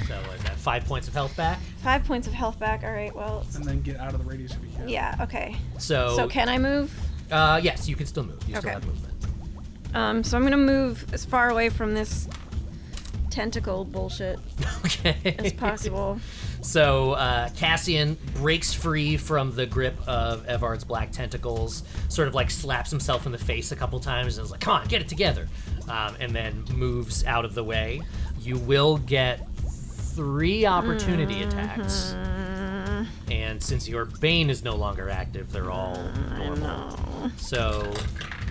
So is that five points of health back? Five points of health back. All right. Well. And then get out of the radius if you can. Yeah. Okay. So, So can I move? uh, yes, you can still move. You still Okay. have movement. Um. So I'm gonna move as far away from this tentacle bullshit [laughs] Okay. as Oh, possible. So uh, Cassian breaks free from the grip of Evard's black tentacles, sort of like slaps himself in the face a couple times and is like, come on, get it together. Um, and then moves out of the way. You will get three opportunity attacks. And since your Bane is no longer active, they're all normal. So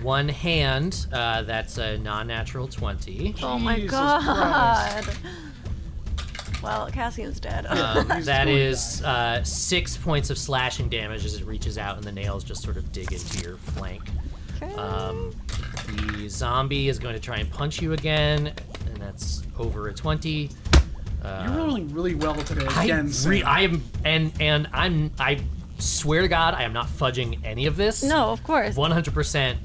one hand, uh, that's a non natural 20. Oh my Jesus god. Well, Cassian's dead. Christ. That is uh, six points of slashing damage as it reaches out and the nails just sort of dig into your flank. [laughs] Okay. Um, the zombie is going to try and punch you again, and that's over a 20. You're rolling really well today. uh, I, Again, re- Sam. I am, and, and I'm, I swear to God, I am not fudging any of this. no, of course. 100%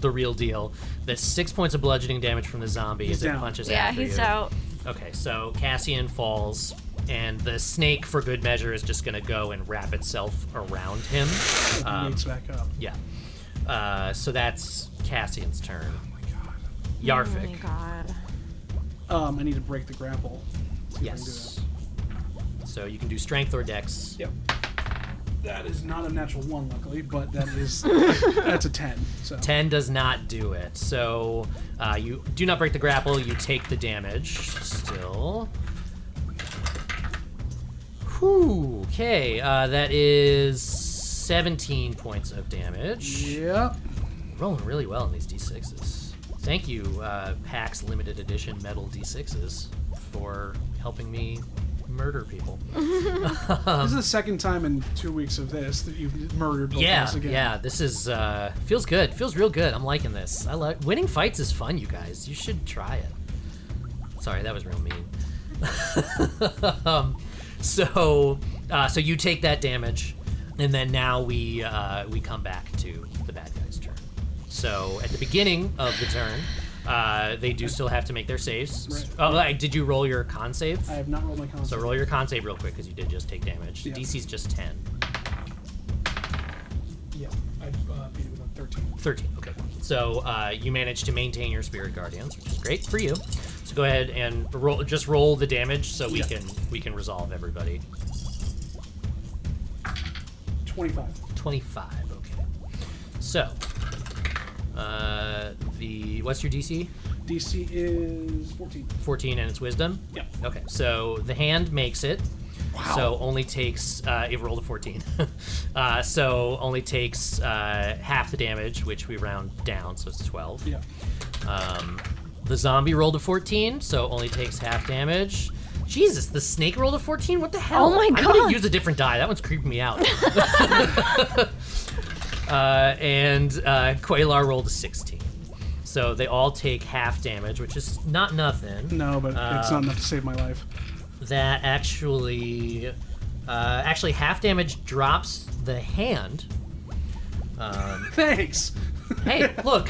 the real deal. That's six points of bludgeoning damage from the zombie as it down. punches Yeah, after he's you. out. Okay, so Cassian falls, and the snake, for good measure, is just gonna go and wrap itself around him. um, Wakes back up. Yeah. Uh, so that's Cassian's turn. Yarvik. Oh my god. Um, I need to break the grapple. yes. So you can do strength or dex. Yep. That is not a natural one, luckily, but that [laughs] is that's a ten. So 10 does not do it. So uh, you do not break the grapple, you take the damage still. Whew, okay, uh, that is 17 points of damage. Yep. Rolling really well in these d6s. Thank you, uh, PAX Limited Edition Metal d6s, for helping me murder people. Um, This is the second time in two weeks of this that you've murdered both of Yeah, us again. yeah, this is uh, feels good. Feels real good. I'm liking this. I like winning fights is fun, you guys. You should try it. Sorry, that was real mean. [laughs] um, so, uh, so you take that damage, and then now we uh, we come back to the bad guy's turn. So at the beginning of the turn, uh, they do still have to make their saves. Right. Oh, like, did you roll your con save? I have not rolled my con. So roll your con save real quick because you did just take damage. Yeah. DC's just ten. Yeah, I uh, beat it with a thirteen. 13. Okay. So uh, you managed to maintain your spirit guardians, which is great for you. So go ahead and roll. Just roll the damage so we Yeah. can we can resolve everybody. Twenty-five. 25. Okay. So uh, the what's your DC? DC is fourteen. 14, and it's wisdom. Yep. Okay. So the hand makes it. Wow. So only takes uh, it rolled a 14. [laughs] uh, so only takes uh, half the damage, which we round down, so it's 12. Yeah. Um, the zombie rolled a 14, so only takes half damage. Jesus, the snake rolled a 14? What the hell? Oh my I'm gonna God. use a different die. That one's creeping me [laughs] out. [laughs] uh, and uh, Quailar rolled a 16. So they all take half damage, which is not nothing. No, but it's Um, not enough to save my life. [laughs] That actually, uh, actually half damage drops the hand. Thanks. hey, look,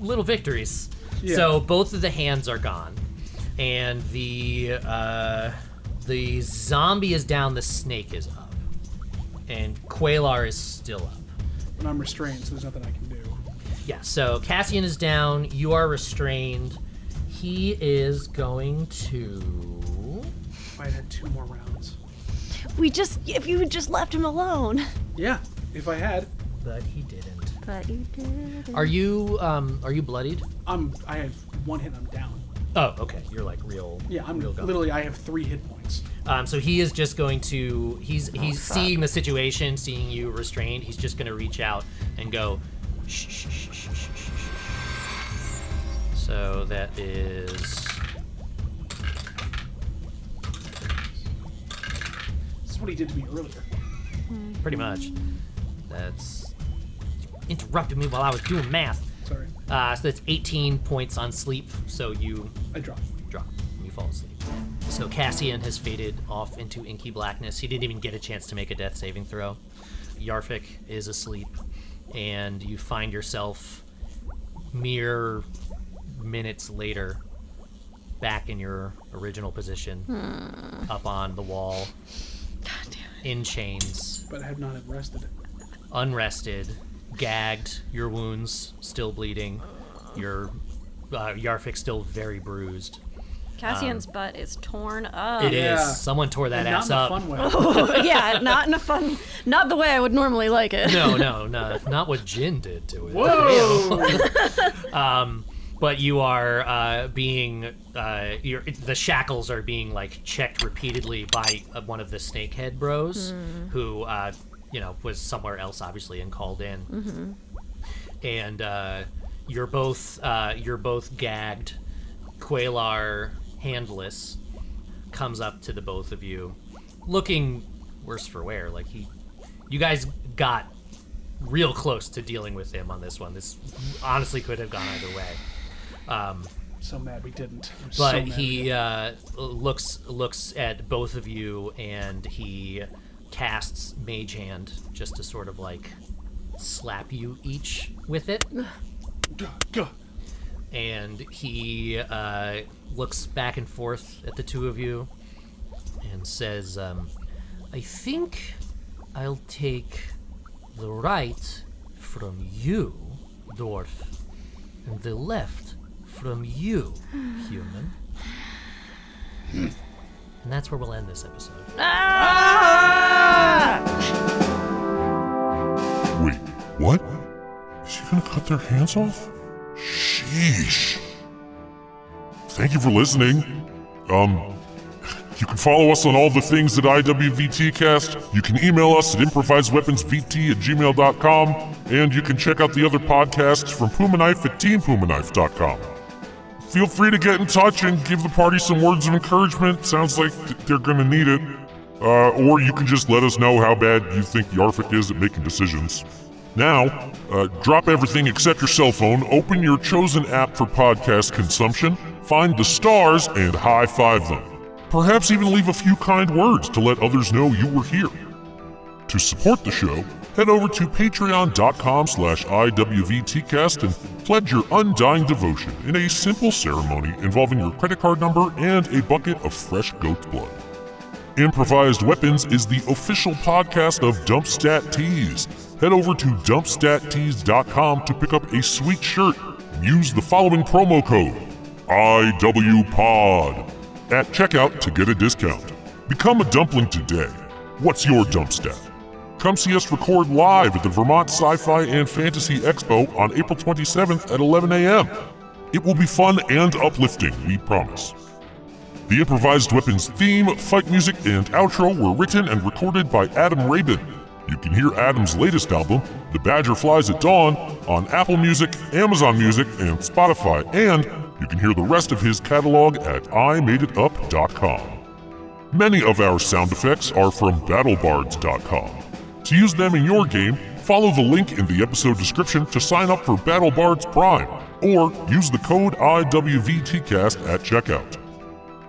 little victories. Yeah. So both of the hands are gone, and the uh, the zombie is down. The snake is up, and Quailar is still up. But I'm restrained, so there's nothing I can do. Yeah. So Cassian is down. You are restrained. He is going to. If I had two more rounds. We just, if you had just left him alone. Yeah, if I had, But he didn't. But you did. Are you um are you bloodied? I'm I have one hit. and I'm down. Oh, okay. You're like real. Yeah, I'm real gone. literally I have three hit points. Um, so he is just going to he's he's seeing the situation, seeing you restrained. He's just going to reach out and go. Shh, shh, shh, shh, shh, shh, shh." So that is This is what he did to me earlier. pretty much. That's interrupted me while I was doing math. Sorry, Uh, so that's 18 points on sleep. So you I dropped. drop and you fall asleep. So Cassian has faded off into inky blackness. He didn't even get a chance to make a death saving throw. Yarfik is asleep, and you find yourself mere minutes later back in your original position, up on the wall, in chains, but I have not rested. unrested, gagged, your wounds still bleeding, your uh, Yarfik still very bruised. Cassian's Um, butt is [laughs] torn up. It is. Yeah. Someone tore that Not ass in a up. fun way. [laughs] yeah, not in a fun, not the way I would normally like it. No, no, no, not what Jin did to it. Whoa! But you are uh, being, uh, you're, it- the shackles are being like checked repeatedly by uh, one of the snakehead bros, who, uh, you know, was somewhere else obviously and called in. And uh, you're both, uh, you're both gagged. Quailar handless comes up to the both of you, looking worse for wear. Like he, you guys got real close to dealing with him on this one. This honestly could have gone either way. so mad we didn't. I'm so But mad we he uh, looks looks at both of you and he casts Mage Hand just to sort of like slap you each with it. didn't. Gah, gah. and he uh, looks back and forth at the two of you and says, um, I think I'll take the right from you, dwarf, and the left from you, human. and that's where we'll end this episode. Ah! Wait, what? Is he gonna cut their hands off? Sheesh. Thank you for listening. Um, you can follow us on all the things at IWVTcast. You can email us at improvisedweaponsvt at gmail.com. And you can check out the other podcasts from Puma Knife at teampumaknife.com. Feel free to get in touch and give the party some words of encouragement. Sounds like th- they're gonna need it. Uh, or you can just let us know how bad you think Yarfik is at making decisions. Now, uh, drop everything except your cell phone, open your chosen app for podcast consumption, find the stars, and high five them. Perhaps even leave a few kind words to let others know you were here. To support the show, head over to patreon.com slash IWVTcast and pledge your undying devotion in a simple ceremony involving your credit card number and a bucket of fresh goat's blood. Improvised Weapons is the official podcast of Dumpstat Tees. Head over to dumpstattees.com to pick up a sweet shirt. Use the following promo code IWPOD at checkout to get a discount. Become a dumpling today. What's your dump stat? Come see us record live at the Vermont Sci Fi and Fantasy Expo on April 27th at 11 a.m. It will be fun and uplifting, we promise. The improvised weapons theme, fight music, and outro were written and recorded by Adam Rabin. You can hear Adam's latest album, The Badger Flies at Dawn, on Apple Music, Amazon Music, and Spotify, and you can hear the rest of his catalog at imadeitup.com. Many of our sound effects are from battlebards.com. To use them in your game, follow the link in the episode description to sign up for BattleBards Prime, or use the code IWVTCast at checkout.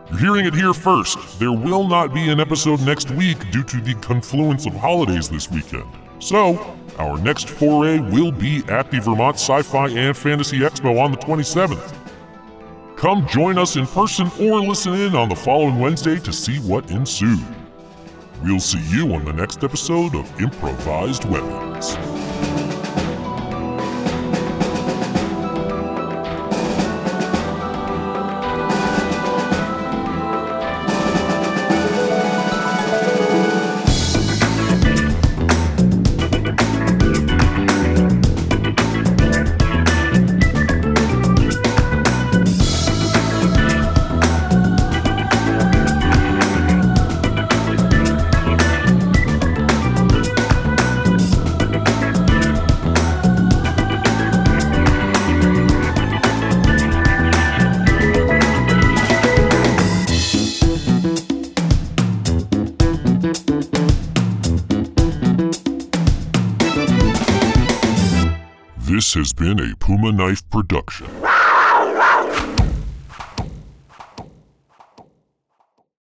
You're hearing it here first. There will not be an episode next week due to the confluence of holidays this weekend. So, our next foray will be at the Vermont Sci Fi and Fantasy Expo on the 27th. Come join us in person or listen in on the following Wednesday to see what ensued. We'll see you on the next episode of Improvised Weapons. This has been a Puma Knife production.